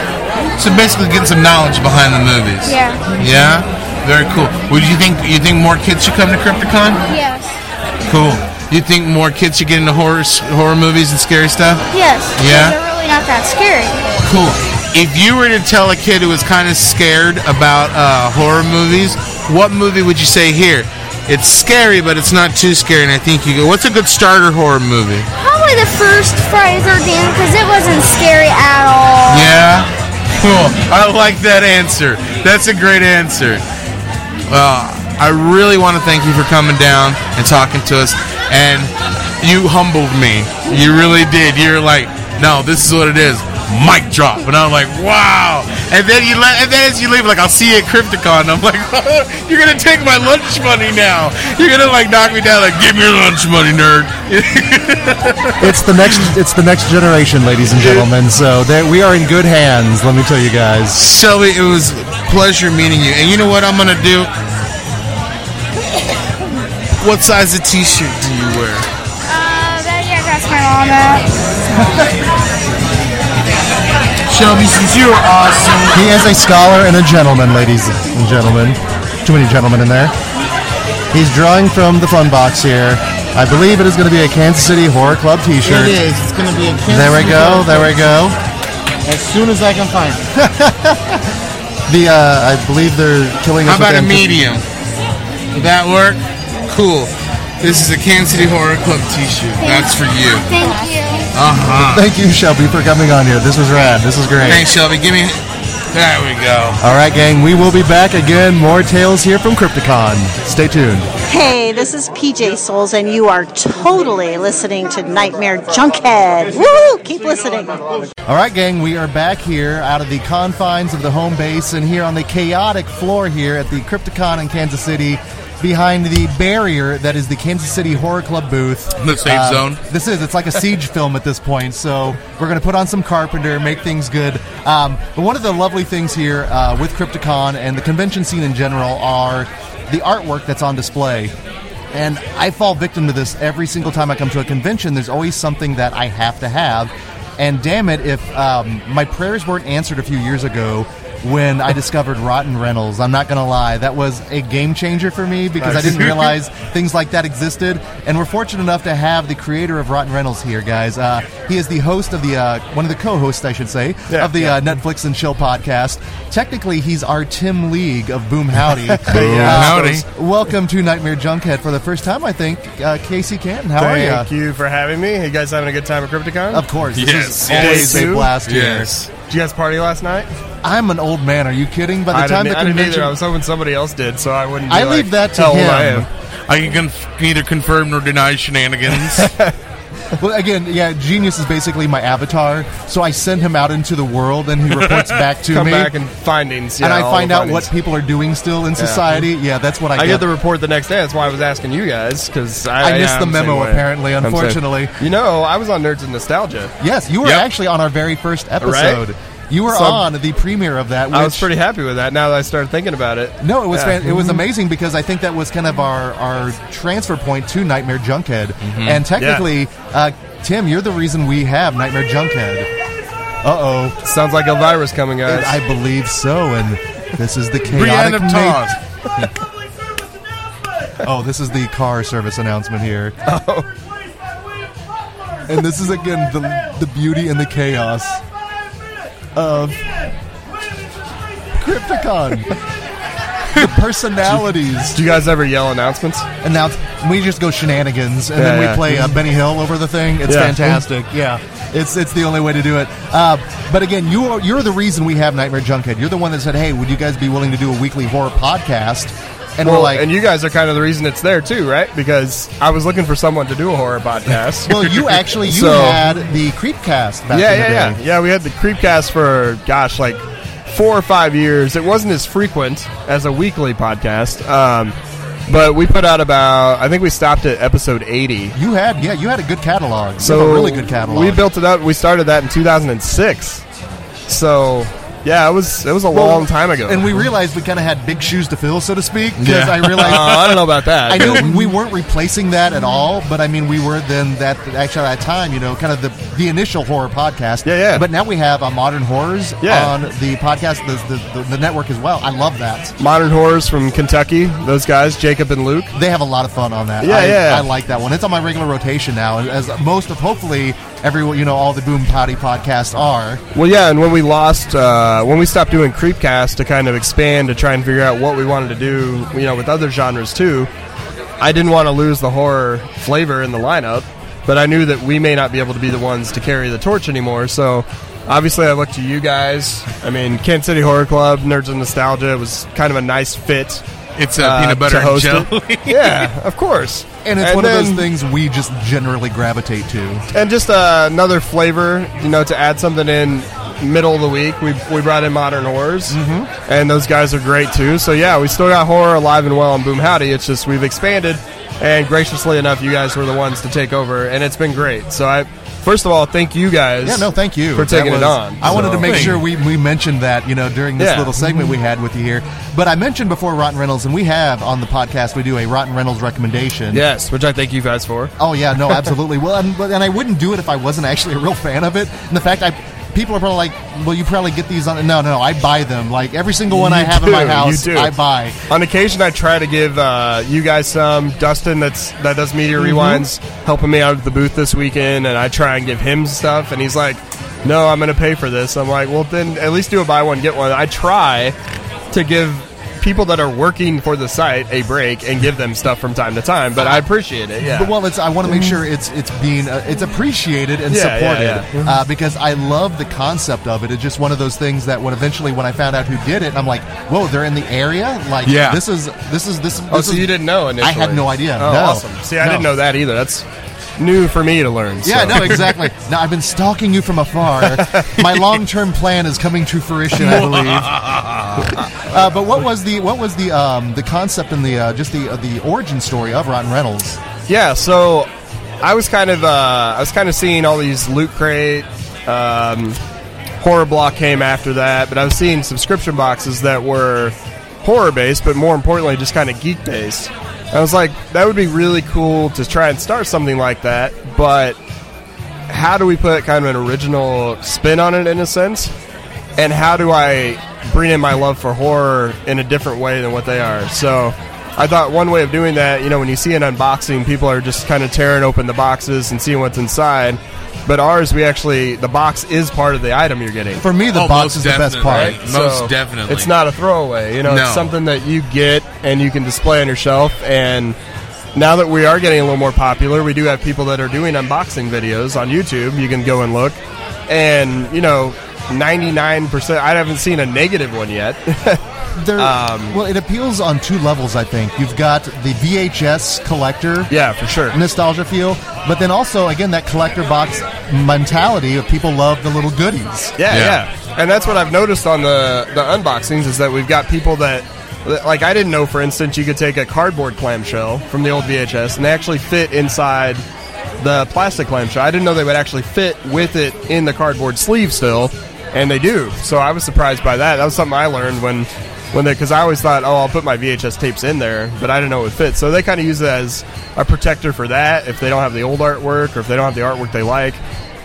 S2: So basically, getting some knowledge behind the movies.
S3: Yeah.
S2: Yeah. Very cool. Would you think you think more kids should come to Crypticon?
S3: Yes.
S2: Cool. You think more kids should get into horror horror movies and scary stuff?
S3: Yes.
S2: Yeah?
S3: They're really not that scary.
S2: Cool. If you were to tell a kid who was kind of scared about uh, horror movies, what movie would you say here? It's scary, but it's not too scary, and I think you go. What's a good starter horror movie?
S3: Probably the first Friday the 13th because it wasn't scary at all.
S2: Yeah. Cool. I like that answer. That's a great answer. Well, I really want to thank you for coming down and talking to us. And you humbled me. You really did. You're like, no, this is what it is. Mic drop. And I'm like, wow. And then you le- and then as you leave, like, I'll see you at Crypticon. I'm like, you're gonna take my lunch money now. You're gonna like knock me down. Like, give me your lunch money, nerd.
S1: It's the next. It's the next generation, ladies and gentlemen. So that we are in good hands. Let me tell you guys.
S2: Shelby, it was a pleasure meeting you. And you know what I'm gonna do? What size of T-shirt do you wear?
S3: Uh, that, yeah, that's my mom. uh,
S2: Shelby, since you are awesome,
S1: He is a scholar and a gentleman, ladies and gentlemen. Too many gentlemen in there. He's drawing from the fun box here. I believe it is going to be a Kansas City Horror Club T-shirt.
S2: it is. It's gonna be a Kansas
S1: There we
S2: City
S1: go.
S2: Girls
S1: There we go.
S2: As soon as I can find it.
S1: The uh, I believe they're killing
S2: How
S1: us. with
S2: about a
S1: them.
S2: medium? Would that work? Cool. This is a Kansas City Horror Club T-shirt. That's for you.
S3: Thank you.
S2: Uh huh.
S1: Thank you, Shelby, for coming on here. This was rad. This was great.
S2: Thanks, Shelby. Give me. There we go.
S1: All right, gang. We will be back again. More tales here from Crypticon. Stay tuned.
S5: Hey, this is PJ Souls, and you are totally listening to Nightmare Junkhead. Woo! Keep listening.
S1: All right, gang, we are back here out of the confines of the home base and here on the chaotic floor here at the Crypticon in Kansas City behind the barrier that is the Kansas City Horror Club booth. Uh,
S2: The safe zone.
S1: This is. It's like a siege film at this point, so we're going to put on some Carpenter, make things good. Um, but one of the lovely things here uh, with Crypticon and the convention scene in general are the artwork that's on display. And I fall victim to this every single time I come to a convention. There's always something that I have to have. And damn it, if um, my prayers weren't answered a few years ago, when I discovered Rotten Rentals. I'm not going to lie. That was a game changer for me because I didn't realize things like that existed. And we're fortunate enough to have the creator of Rotten Rentals here, guys. Uh, he is the host of the, uh, one of the co hosts, I should say,
S6: Yeah,
S1: of the
S6: yeah.
S1: uh, Netflix and Chill podcast. Technically, he's our Tim League of Boom Howdy. Uh,
S2: Boom howdy.
S1: Welcome to Nightmare Junkhead for the first time, I think. Uh, Casey Canton, how are
S6: Thank
S1: you?
S6: you for having me. You guys having a good time at Crypticon?
S1: Of course, this is
S2: Yes,
S1: always
S6: yes.
S1: a blast here.
S2: Yes.
S6: Did you guys party last night?
S1: I'm an old man. Are you kidding? By the
S6: I
S1: time
S6: didn't,
S1: the
S6: I didn't
S1: convention,
S6: either. I was hoping somebody else did, so I wouldn't. Be
S1: I
S6: like,
S1: leave that to
S6: how old
S1: him.
S6: I am.
S2: I can conf- neither confirm nor deny shenanigans.
S1: well, again, yeah, genius is basically my avatar. So I send him out into the world, and he reports back to
S6: Come
S1: me,
S6: back and findings. Yeah,
S1: and I
S6: all
S1: find
S6: the
S1: out what
S6: findings.
S1: people are doing still in society. Yeah, that's what I,
S6: I get the report the next day. That's why I was asking you guys because I,
S1: I missed
S6: yeah,
S1: the
S6: I'm
S1: memo,
S6: same way.
S1: apparently,
S6: I'm same.
S1: unfortunately.
S6: you know, I was on Nerds and Nostalgia.
S1: yes, you were
S2: Yep.
S1: actually on our very first episode. You were
S6: So-
S1: on the premiere of that. Which,
S6: I was pretty happy with that. Now that I started thinking about it,
S1: No, it was
S6: Yeah. Mm-hmm.
S1: fan- it was amazing because I think that was kind of our our transfer point to Nightmare Junkhead,
S6: Mm-hmm.
S1: and technically, uh, Tim, you're the reason we have Nightmare Junkhead. Uh oh.
S6: sounds like Elvira's coming, guys.
S1: I believe so, and this is the
S2: Brienne
S1: chaotic.
S2: of
S1: na-
S2: Tarth.
S1: oh, this is the car service announcement here. and this is again the the beauty and the chaos of Crypticon. the personalities.
S6: Do you guys ever yell announcements?
S1: And now we just go shenanigans, and then
S6: Yeah,
S1: we
S6: yeah.
S1: play uh, Benny Hill over the thing. It's
S6: Yeah.
S1: fantastic. Yeah, it's it's the only way to do it. Uh, but again, you are you're the reason we have Nightmare Junkhead. You're the one that said, "Hey, would you guys be willing to do a weekly horror podcast?" And
S6: Well,
S1: we're like,
S6: and you guys are kind of the reason it's there too, right? Because I was looking for someone to do a horror podcast.
S1: "Well, you actually you
S6: So-
S1: had the Creepcast back
S6: yeah,
S1: in the
S6: yeah,
S1: day."
S6: yeah, yeah. We had the Creepcast for gosh, like four or five years. It wasn't as frequent as a weekly podcast, um, but we put out about. I think we stopped at episode eighty.
S1: You had yeah, you had a good catalog. So
S6: So
S1: a really good catalog.
S6: We built it up. We started that in two thousand and six. So yeah, it was it was a
S1: Well,
S6: long time ago.
S1: and we realized we kind of had big shoes to fill, so to speak, because
S2: Yeah.
S1: I
S6: Uh,
S1: realized
S6: I don't know about that.
S1: I knew we weren't replacing that at all, but I mean, we were then that actually at that time, you know, kind of the the initial horror podcast.
S6: Yeah, yeah.
S1: But now we have uh, modern horrors
S6: Yeah.
S1: on the podcast, the, the, the, the network as well. I love that.
S6: Modern Horrors from Kentucky. Those guys, Jacob and Luke.
S1: They have a lot of fun on that.
S6: Yeah,
S1: I,
S6: yeah.
S1: I like that one. It's on my regular rotation now, as most of hopefully everyone, you know, all the Boom Potty podcasts are.
S6: Well, yeah, and when we lost, uh, when we stopped doing Creepcast to kind of expand to try and figure out what we wanted to do, you know, with other genres too, I didn't want to lose the horror flavor in the lineup, but I knew that we may not be able to be the ones to carry the torch anymore. So obviously, I looked to you guys. I mean, Kansas City Horror Club, Nerds and Nostalgia was kind of a nice fit.
S2: It's a
S6: uh,
S2: peanut butter
S6: to
S2: and
S6: host
S2: jelly.
S6: it. yeah, of course.
S1: And it's one of
S6: then-
S1: those things we just generally gravitate to.
S6: and just uh, another flavor, you know, to add something in middle of the week. We, we brought in Modern Horrors, mm-hmm. and those guys are great too. So yeah, we still got horror alive and well on Boom Howdy. It's just we've expanded, and graciously enough, you guys were the ones to take over, and it's been great. So I first of all thank you guys.
S1: Yeah, no, thank you
S6: for
S1: That
S6: taking
S1: was-
S6: it on.
S1: I wanted
S6: So-
S1: to make
S2: Thank
S1: sure
S2: you.
S1: we, we mentioned that you know during this
S6: Yeah.
S1: little segment we had with you here. But I mentioned before Rotten Reynolds, and we have on the podcast we do a Rotten Reynolds recommendation.
S6: yes, which I thank you guys for.
S1: Oh yeah, no, absolutely. well, and, but- and I wouldn't do it if I wasn't actually a real fan of it. And the fact I. People are probably like, "Well, you probably get these on." No, no, I buy them. Like every single one I
S6: You
S1: have in my
S6: do,
S1: house,
S6: you do.
S1: I buy.
S6: On occasion, I try to give uh, you guys some. Dustin, that's that does media
S1: Mm-hmm.
S6: rewinds, helping me out at the booth this weekend, and I try and give him stuff, and he's like, "No, I'm going to pay for this." I'm like, "Well, then at least do a buy one get one." I try to give people that are working for the site a break and give them stuff from time to time, but I appreciate it. Yeah.
S1: But well, it's I want to make sure it's it's being uh, it's appreciated and
S6: Yeah,
S1: supported
S6: yeah, yeah.
S1: Uh, because I love the concept of it. It's just one of those things that when eventually when I found out who did it, I'm like, whoa, they're in the area. Like,
S2: Yeah.
S1: this is this is this.
S6: oh,
S1: this
S6: so
S1: is-
S6: you didn't know initially?
S1: I had no idea.
S6: Oh,
S1: no.
S6: awesome. See, I
S1: No.
S6: didn't know that either. That's new for me to learn.
S1: Yeah,
S6: so.
S1: no, exactly. now I've been stalking you from afar. My long-term plan is coming to fruition, I believe. uh, but what was the what was the um, the concept and the uh, just the uh, the origin story of Ron Reynolds?
S6: Yeah, so I was kind of uh, I was kind of seeing all these loot crate um, horror block came after that, but I was seeing subscription boxes that were horror based, but more importantly, just kind of geek based. I was like, that would be really cool to try and start something like that, but how do we put kind of an original spin on it in a sense? And how do I bring in my love for horror in a different way than what they are. So I thought one way of doing that, you know, when you see an unboxing, people are just kind of tearing open the boxes and seeing what's inside. But ours, we actually, the box is part of the item you're getting.
S1: For me, the
S2: Oh,
S1: box
S2: most
S1: is the best part.
S2: definitely. Most definitely.
S6: It's not a throwaway. You know,
S2: No.
S6: it's something that you get and you can display on your shelf. And now that we are getting a little more popular, we do have people that are doing unboxing videos on YouTube. You can go and look. And, you know, 99%, I haven't seen a negative one yet.
S1: There,
S6: Um,
S1: well, it appeals on two levels, I think. You've got the VHS collector
S6: yeah, for sure.
S1: nostalgia feel, but then also, again, that collector box mentality of people love the little goodies.
S6: Yeah,
S2: Yeah.
S6: yeah, And that's what I've noticed on the the unboxings is that we've got people that that- like I didn't know for instance you could take a cardboard clamshell from the old VHS and they actually fit inside the plastic clamshell. I didn't know they would actually fit with it in the cardboard sleeve still, and they do. So I was surprised by that. That was something I learned when when they because I always thought, oh, I'll put my VHS tapes in there, but I didn't know it would fit. So they kind of use it as a protector for that if they don't have the old artwork or if they don't have the artwork they like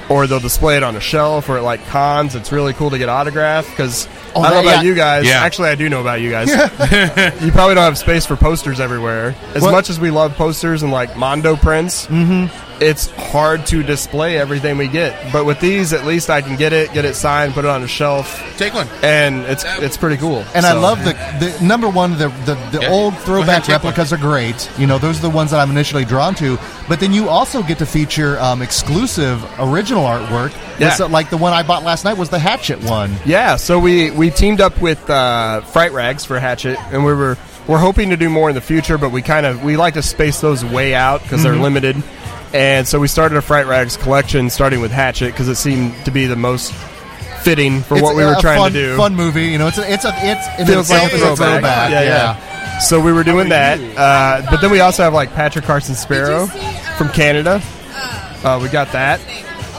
S6: or they'll display it on a shelf or at like cons. It's really cool to get autographed because
S1: Oh,
S6: I don't know
S1: that-
S6: about
S1: yeah.
S6: you guys.
S2: Yeah.
S6: Actually, I do know about you guys. you probably don't have space for posters everywhere. As
S1: Well-
S6: much as we love posters and like Mondo prints,
S1: Mm-hmm.
S6: it's hard to display everything we get. But with these, at least I can get it, get it signed, put it on a shelf,
S2: Take one.
S6: and it's it's pretty cool.
S1: And I
S6: So-
S1: love the, the number one, the, the, the
S2: Yeah.
S1: old
S2: Go ahead,
S1: throwback
S2: take one.
S1: replicas are great. You know, those are the ones that I'm initially drawn to. But then you also get to feature um, exclusive original artwork.
S6: Yeah.
S1: So, like the one I bought last night was the Hatchet one.
S6: Yeah, so we, we teamed up with uh, Fright Rags for Hatchet, and we were we're hoping to do more in the future, but we kind of we like to space those way out because
S1: Mm-hmm.
S6: they're limited, and so we started a Fright Rags collection starting with Hatchet because it seemed to be the most fitting for what we
S1: a-
S6: were
S1: a
S6: trying
S1: fun,
S6: to do.
S1: Fun movie, you know. It's a, it's a, it's in
S6: Feels like
S1: itself
S6: a
S1: is a
S6: throwback.
S1: throwback.
S6: Yeah, yeah. So we were doing that, uh, but then we also have like Patrick Carson Sparrow from Canada. Uh, we got that.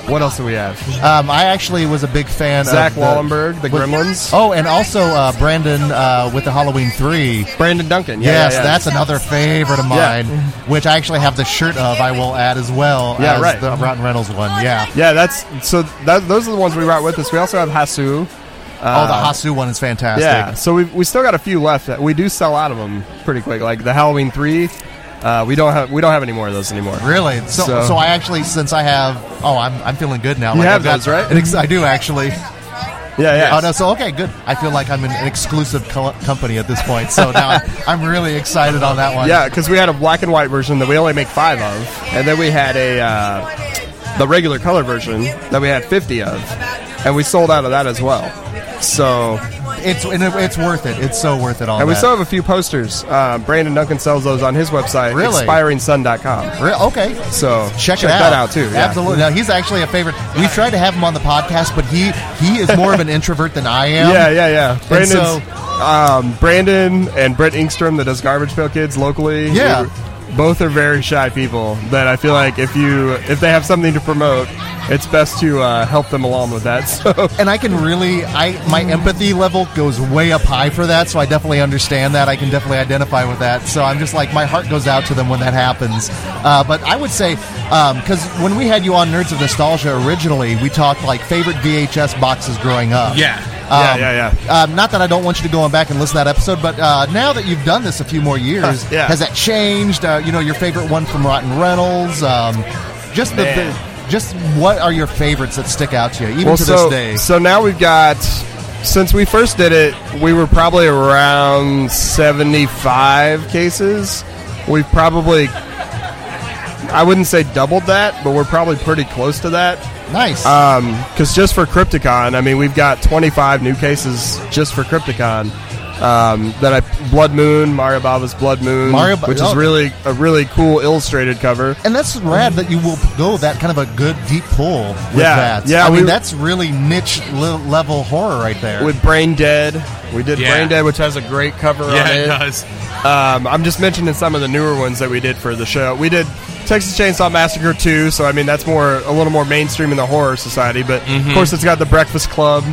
S6: What else do we have?
S1: Um, I actually was a big fan.
S6: Zach
S1: of the,
S6: Wallenberg, the
S1: was-
S6: Gremlins.
S1: Oh, and also uh, Brandon uh, with the Halloween three.
S6: Brandon Duncan. Yeah,
S1: Yes,
S6: yeah, yeah.
S1: that's another favorite of
S6: Yeah.
S1: mine, which I actually have the shirt of. I will add as well
S6: Yeah,
S1: as
S6: right.
S1: the Rotten Reynolds one. Yeah.
S6: Yeah, that's so. That, those are the ones we brought with us. We also have Hasu.
S1: oh, the Hasu one is fantastic.
S6: Yeah, so we we still got a few left. That we do sell out of them pretty quick. Like the Halloween three, uh, we don't have we don't have any more of those anymore.
S1: Really? So, so,
S6: So-
S1: I actually, since I have, oh, I'm, I'm feeling good now.
S6: You have
S1: I've got
S6: those, right?
S1: an ex- I do actually.
S6: Yeah, yeah.
S1: Oh no, so okay, good. I feel like I'm in an exclusive co- company at this point, so now I'm, I'm really excited on that one.
S6: Yeah, because we had a black and white version that we only make five of, and then we had a uh, the regular color version that we had fifty of, and we sold out of that as well. So,
S1: it's and it- it's worth it. It's so worth it. All
S6: and we
S1: that.
S6: still have a few posters. Uh, Brandon Duncan sells those on his website,
S1: Really?
S6: expiringsun.com.
S1: Re- okay.
S6: So
S1: Check, it out.
S6: that out too. yeah.
S1: Absolutely. Now he's actually a favorite. We tried to have him on the podcast, but he he is more of an introvert than I am.
S6: Yeah, yeah, yeah. Brandon's,
S1: so-
S6: um, Brandon and Brett Ingstrom that does Garbage Pail Kids locally.
S1: Yeah.
S6: we- both are very shy people. That I feel like if you if they have something to promote, it's best to uh, help them along with that. So
S1: And I can really, I my empathy level goes way up high for that, so I definitely understand that. I can definitely identify with that. So I'm just like my heart goes out to them when that happens. Uh, but I would say because when we had you on Nerds of Nostalgia originally, we talked like favorite VHS boxes growing up.
S2: Yeah.
S6: Yeah, yeah,
S1: yeah. Um, not that I don't want you to go on back and listen to that episode, but uh, now that you've done this a few more years,
S6: Yeah.
S1: has that changed? Uh, you know, your favorite one from Rotten Reynolds, um, just the,
S6: Man.
S1: the just what are your favorites that stick out to you, even to this
S6: so,
S1: day?
S6: So now we've got. Since we first did it, we were probably around 75 cases. We've probably, I wouldn't say doubled that, but we're probably pretty close to that.
S1: nice.
S6: uh, because just for Crypticon, I mean, we've got 25 new cases just for Crypticon. Um, that I Blood Moon, Mario Bava's Blood Moon,
S1: Mario Ba-
S6: which
S1: oh.
S6: is really a really cool illustrated cover.
S1: and that's rad that you will go that kind of a good deep pull with
S6: Yeah,
S1: that.
S6: yeah,
S1: I mean
S6: we-
S1: that's really niche le- level horror right there.
S6: With Brain Dead, we did
S2: Yeah.
S6: Brain Dead, which has a great cover
S2: Yeah,
S6: on it.
S2: it does.
S6: Um, I'm just mentioning some of the newer ones that we did for the show. We did Texas Chainsaw Massacre 2, so I mean that's more a little more mainstream in the horror society. But
S1: Mm-hmm.
S6: of course, it's got the Breakfast Club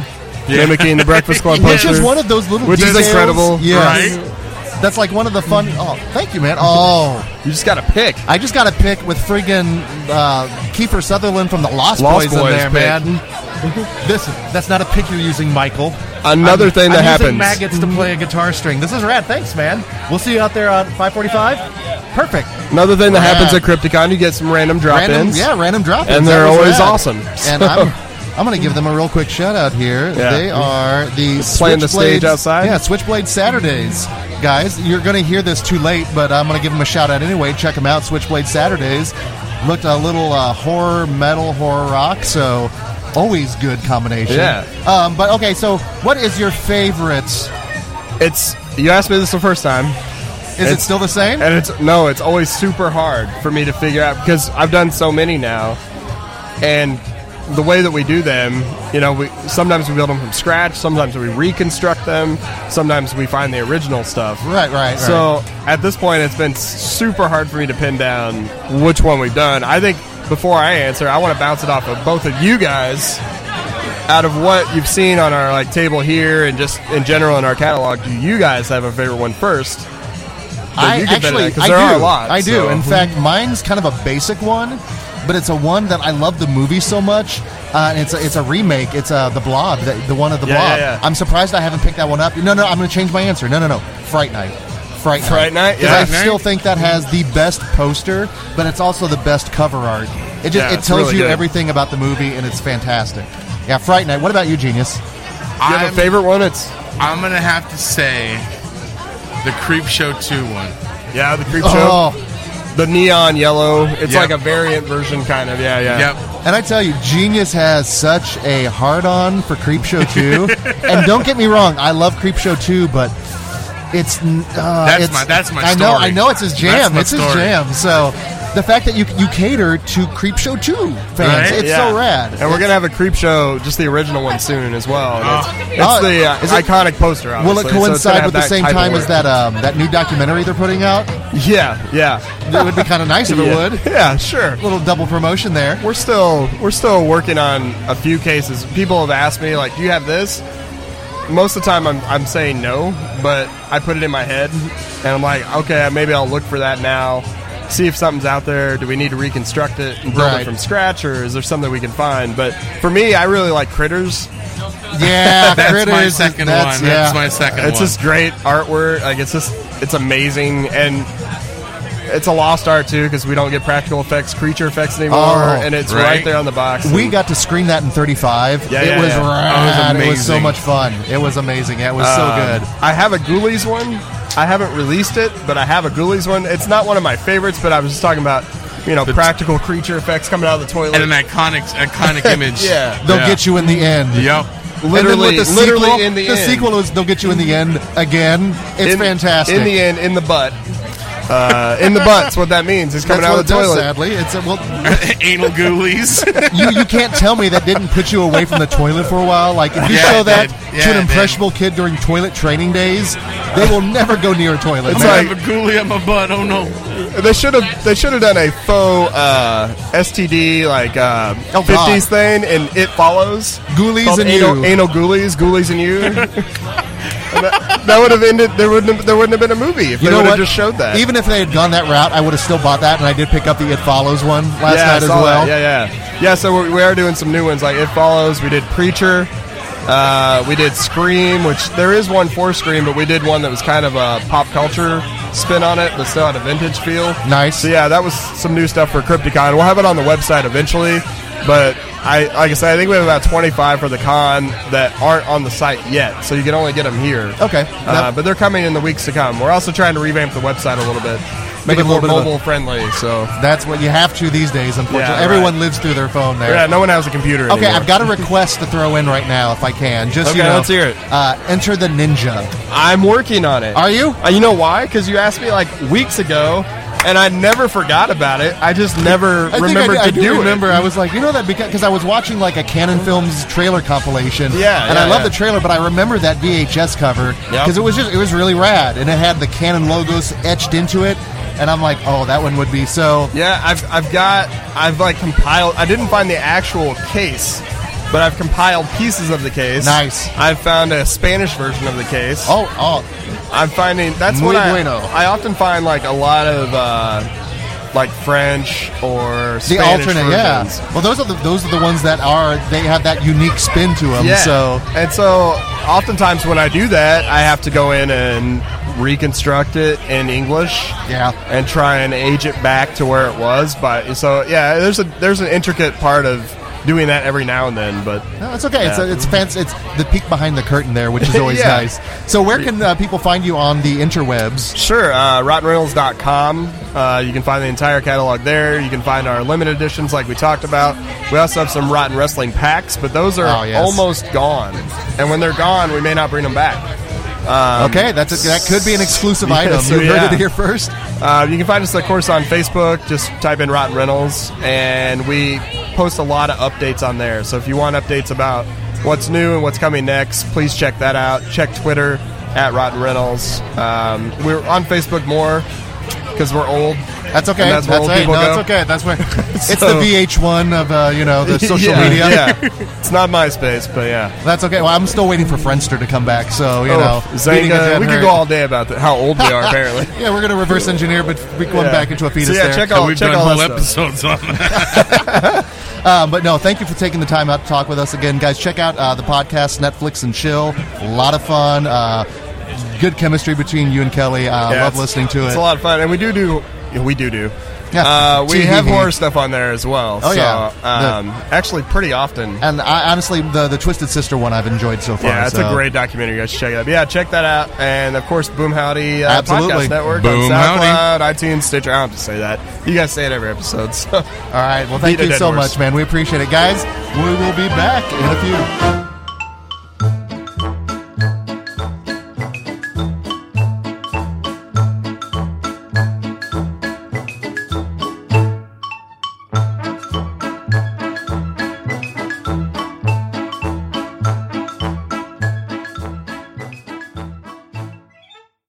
S6: mimicking the Breakfast Club,
S1: which
S6: poster,
S1: is one of those little
S6: which
S1: details.
S6: is incredible,
S1: Yes.
S2: Right?
S1: That's like one of the fun. Oh, thank you, man. Oh,
S6: You just got to pick.
S1: I just got a pick with friggin' uh, Kiefer Sutherland from the Lost,
S6: Lost
S1: Boys, in
S6: Boys
S1: there,
S6: pick.
S1: man. Listen, that's not a pick you're using, Michael.
S6: Another
S1: I'm-
S6: thing that
S1: I'm using
S6: happens.
S1: maggots to play a guitar string. This is rad. Thanks, man. We'll see you out there on 545. Perfect.
S6: Another thing that happens
S1: Rad.
S6: at Crypticon, you get some random drop
S1: Random,
S6: ins.
S1: yeah, random drop
S6: And they're always awesome.
S1: And I'm, I'm going to give them a real quick shout out here.
S6: Yeah.
S1: They are the
S6: Playing the stage
S1: Switchblades-
S6: outside?
S1: Yeah, Switchblade Saturdays. Guys, you're going to hear this too late, but I'm going to give them a shout out anyway. Check them out, Switchblade Saturdays. Looked a little uh, horror metal, horror rock, so always good combination.
S6: Yeah.
S1: Um, but okay, so what is your favorite? Is
S6: It's you asked me this the first time,
S1: it
S6: It's- eh
S1: still the same?
S6: and it's no, it's always super hard for me to figure out because I've done so many now, and the way that we do them, you know, we sometimes we build them from scratch, sometimes we reconstruct them, sometimes we find the original stuff.
S1: Right, right, right.
S6: So at this point, it's been super hard for me to pin down which one we've done. I think before I answer, I want to bounce it off of both of you guys. Out of what you've seen on our like table here and just in general in our catalog, do you guys have a favorite one first?
S1: I
S6: you can better
S1: actually,
S6: that, 'cause
S1: I
S6: there
S1: do.
S6: are a lot,
S1: I do.
S6: so.
S1: In fact, mine's kind of a basic one, but it's a one that I love the movie so much. Uh, and it's a, it's a remake. It's uh, the Blob, the, the one of the
S6: Yeah,
S1: Blob.
S6: yeah, yeah.
S1: I'm surprised I haven't picked that one up. No, no, I'm going to change my answer. No, no, no, Fright Night. Fright Night.
S6: Fright Night,
S1: 'Cause
S6: yeah.
S1: I
S6: Fright Night.
S1: still think that has the best poster, but it's also the best cover art. It just
S6: Yeah,
S1: it
S6: it's
S1: tells
S6: really
S1: you
S6: good.
S1: everything about the movie, and it's fantastic. Yeah, Fright Night. What about you, Genius?
S6: Do you have
S2: I'm-
S6: a favorite one? It's
S2: I'm gonna have to say the Creep Show 2 one.
S6: yeah, the creep show,
S1: Oh,
S6: the neon yellow. It's
S2: Yep.
S6: like a variant version, kind of. Yeah, yeah.
S2: Yep.
S1: And I tell you, Genius has such a hard on for Creepshow 2. and don't get me wrong, I love Creepshow 2, but it's n- uh,
S2: That's
S1: it's-
S2: my- that's my
S1: I know
S2: story.
S1: I know it's his
S2: That's
S1: jam.
S2: my
S1: It's his
S2: story.
S1: jam. So the fact that you you cater to Creepshow 2 fans,
S2: Right?
S1: it's
S6: Yeah.
S1: so rad.
S6: And we're gonna have a creep show, just the original one soon as well. And it's it's
S1: Oh.
S6: the uh,
S1: Is it-
S6: iconic poster.
S1: Will
S6: Obviously.
S1: it
S6: so it's gonna
S1: coincide
S6: have
S1: with the
S6: that
S1: same
S6: type of
S1: time as
S6: work.
S1: that um, that new documentary they're putting out?
S6: Yeah, yeah.
S1: It would be kind of nice if it
S6: yeah.
S1: would.
S6: Yeah, sure.
S1: Little double promotion there.
S6: We're still we're still working on a few cases. People have asked me like, "Do you have this?" Most of the time, I'm I'm saying no, but I put it in my head, and I'm like, "Okay, maybe I'll look for that now." See if something's out there. Do we need to reconstruct it and build
S1: Right.
S6: it from scratch, or is there something we can find? But for me, I really like critters.
S1: Yeah,
S2: That's my
S1: critters,
S2: second
S1: that's-
S2: one.
S1: yeah.
S2: That's my second
S6: It's
S2: one.
S6: just great artwork. Like it's just it's amazing and it's a lost art too because we don't get practical effects, creature effects anymore,
S1: Oh,
S6: and it's
S2: right.
S6: right. there on the box.
S1: We got to screen that in 35.
S6: Yeah,
S1: it
S6: yeah,
S1: was
S6: yeah.
S1: rad.
S2: Oh, it was
S1: it was so
S2: amazing.
S1: much fun. It was amazing. Yeah, It was
S6: Um,
S1: so good.
S6: I have a Ghoulies one. I haven't released it, but I have a Ghoulies one. It's not one of my favorites, but I was just talking about you know practical creature effects coming out of the toilet.
S2: and an iconic iconic image.
S6: Yeah.
S1: They'll get you in the end.
S2: Yep.
S1: and then
S6: literally,
S1: with the
S6: literally
S1: sequel,
S6: in the,
S1: the
S6: end.
S1: sequel is they'll get you in the end again. It's
S6: In-
S1: fantastic.
S6: In the end, in the butt. Uh, in the butt's what that means. It's
S1: That's
S6: coming out
S1: what
S6: of the
S1: it does,
S6: toilet.
S1: sadly. It's a, well,
S2: Anal ghoulies.
S1: you, you can't tell me that didn't put you away from the toilet for a while. Like if you
S2: Yeah,
S1: show
S2: it
S1: that
S2: did.
S1: to
S2: Yeah, it
S1: an
S2: did.
S1: impressionable kid during toilet training days, they will never go near a toilet.
S6: It's
S2: I
S1: man.
S2: have a ghoulie on my butt. Oh no.
S6: They should have. They should have done a faux uh, STD like uh,
S1: Oh, God.
S6: '50s thing, and it follows
S1: Ghoulies
S6: Called oh
S1: and
S6: anal,
S1: You.
S6: anal ghoulies, ghoulies and you. And that, that would have ended. There wouldn't. Have, there wouldn't have been a movie if
S1: you
S6: they
S1: know
S6: would
S1: what?
S6: have just showed that.
S1: Even if they had gone that route, I would have still bought that, and I did pick up the It Follows one
S6: yeah,
S1: last
S6: I
S1: night as
S6: saw
S1: well.
S6: that. Yeah, yeah, yeah. So we, we are doing some new ones like it follows. We did Preacher. Uh, we did Scream, which there is one for Scream, but we did one that was kind of a pop culture spin on it, but still had a vintage feel.
S1: Nice.
S6: So yeah, that was some new stuff for Crypticon. We'll have it on the website eventually, but I like I said, I think we have about 25 for the con that aren't on the site yet, so you can only get them here.
S1: Okay.
S6: Uh, but they're coming in the weeks to come. We're also trying to revamp the website a little bit, make
S1: it a
S6: it more
S1: little bit of a-
S6: mobile friendly. So
S1: That's what you have to these days, unfortunately.
S6: Yeah,
S1: Everyone
S6: right.
S1: lives through their phone there.
S6: yeah, no one has a computer.
S1: Okay,
S6: anymore.
S1: I've got a request to throw in right now, if I can. Just you
S6: Okay,
S1: know,
S6: let's hear it.
S1: Uh, enter the ninja.
S6: I'm working on it.
S1: Are you?
S6: Uh, you know why? Because you asked me like weeks ago, and I never forgot about it. I just never
S1: I
S6: remembered
S1: think I, I
S6: to
S1: do,
S6: do
S1: remember.
S6: it.
S1: I was like, you know that because I was watching like a Canon Films trailer compilation.
S6: Yeah,
S1: and
S6: yeah,
S1: I love
S6: yeah.
S1: the trailer, but I remember that VHS cover
S6: Yep.
S1: because it was just it was really rad, and it had the Canon logos etched into it. And I'm like, oh, that one would be so.
S6: Yeah, I've I've got I've like compiled. I didn't find the actual case, but I've compiled pieces of the case.
S1: Nice.
S6: I've found a Spanish version of the case.
S1: Oh, oh,
S6: I'm finding that's
S1: Muy
S6: what I,
S1: bueno.
S6: I often find like a lot of uh, like French or
S1: the
S6: Spanish
S1: alternate,
S6: versions.
S1: yeah. Well, those are the those are the ones that are they have that unique spin to them. So
S6: and Um, so oftentimes when I do that, I have to go in and reconstruct it in English.
S1: Yeah.
S6: and try and age it back to where it was. But so yeah, there's a there's an intricate part of doing that every now and then. But
S1: no, it's okay. It's
S6: Yeah.
S1: a, it's fancy. It's the peek behind the curtain there, which is always
S6: Yeah.
S1: nice. So where can uh, people find you on the interwebs?
S6: Sure, uh, RottenReynolds.com. Uh, you can find the entire catalog there. You can find our limited editions, like we talked about. We also have some Rotten Wrestling packs, but those are
S1: Oh, yes.
S6: almost gone. And when they're gone, we may not bring them back.
S1: okay, that's a, that could be an exclusive
S6: Um, Yes,
S1: item.
S6: so
S1: you heard
S6: yeah.
S1: it here first.
S6: Uh, you can find us, of course, on Facebook. Just type in Rotten Reynolds, and we post a lot of updates on there. So if you want updates about what's new and what's coming next, please check that out. Check Twitter at Rotten Reynolds. Um, we're on Facebook more because we're old.
S1: That's okay.
S6: And that's where old
S1: hey,
S6: people
S1: no,
S6: go.
S1: that's okay. That's where it's
S6: So-
S1: the VH1 of uh, you know the social
S6: Yeah,
S1: media.
S6: Yeah, it's not MySpace, but yeah.
S1: That's okay. Well, I'm still waiting for Friendster to come back. So you know,
S6: oh,
S1: beating a
S6: Zynga.
S1: dead
S6: We could
S1: hurt.
S6: go all day about that, how old we are, apparently.
S1: Yeah, we're gonna reverse engineer, but we going
S6: Yeah.
S1: back into a fetus
S6: So, yeah,
S1: there.
S6: check
S2: And
S6: all,
S2: we've
S6: check
S2: done
S6: all
S2: whole
S6: that stuff.
S2: episodes on that.
S1: Um, but no, thank you for taking the time out to talk with us again, guys. Check out uh, the podcast, Netflix and Chill. A lot of fun. Uh, good chemistry between you and Kelly. I
S6: Yeah,
S1: love
S6: it's-
S1: listening to
S6: It's
S1: it.
S6: a lot of fun, and we do do yeah, we do do.
S1: Yeah.
S6: Uh, we
S1: Tee
S6: have
S1: hee hee.
S6: horror stuff on there as well.
S1: Oh,
S6: so,
S1: yeah.
S6: um, actually, pretty often.
S1: And I, honestly, the the Twisted Sister one I've enjoyed so far.
S6: yeah, it's
S1: so-
S6: a great documentary. You guys should check it out. But yeah, check that out, and of course, Boom Howdy uh,
S1: Absolutely.
S6: Podcast Network
S2: Boom
S6: on
S2: Howdy.
S6: SoundCloud, iTunes, Stitcher. I don't have to say that. You guys say it every episode. So.
S1: All right. Well, thank
S6: Beat a
S1: you
S6: dead
S1: so
S6: horse.
S1: much, man. We appreciate it, guys. We will be back in a few.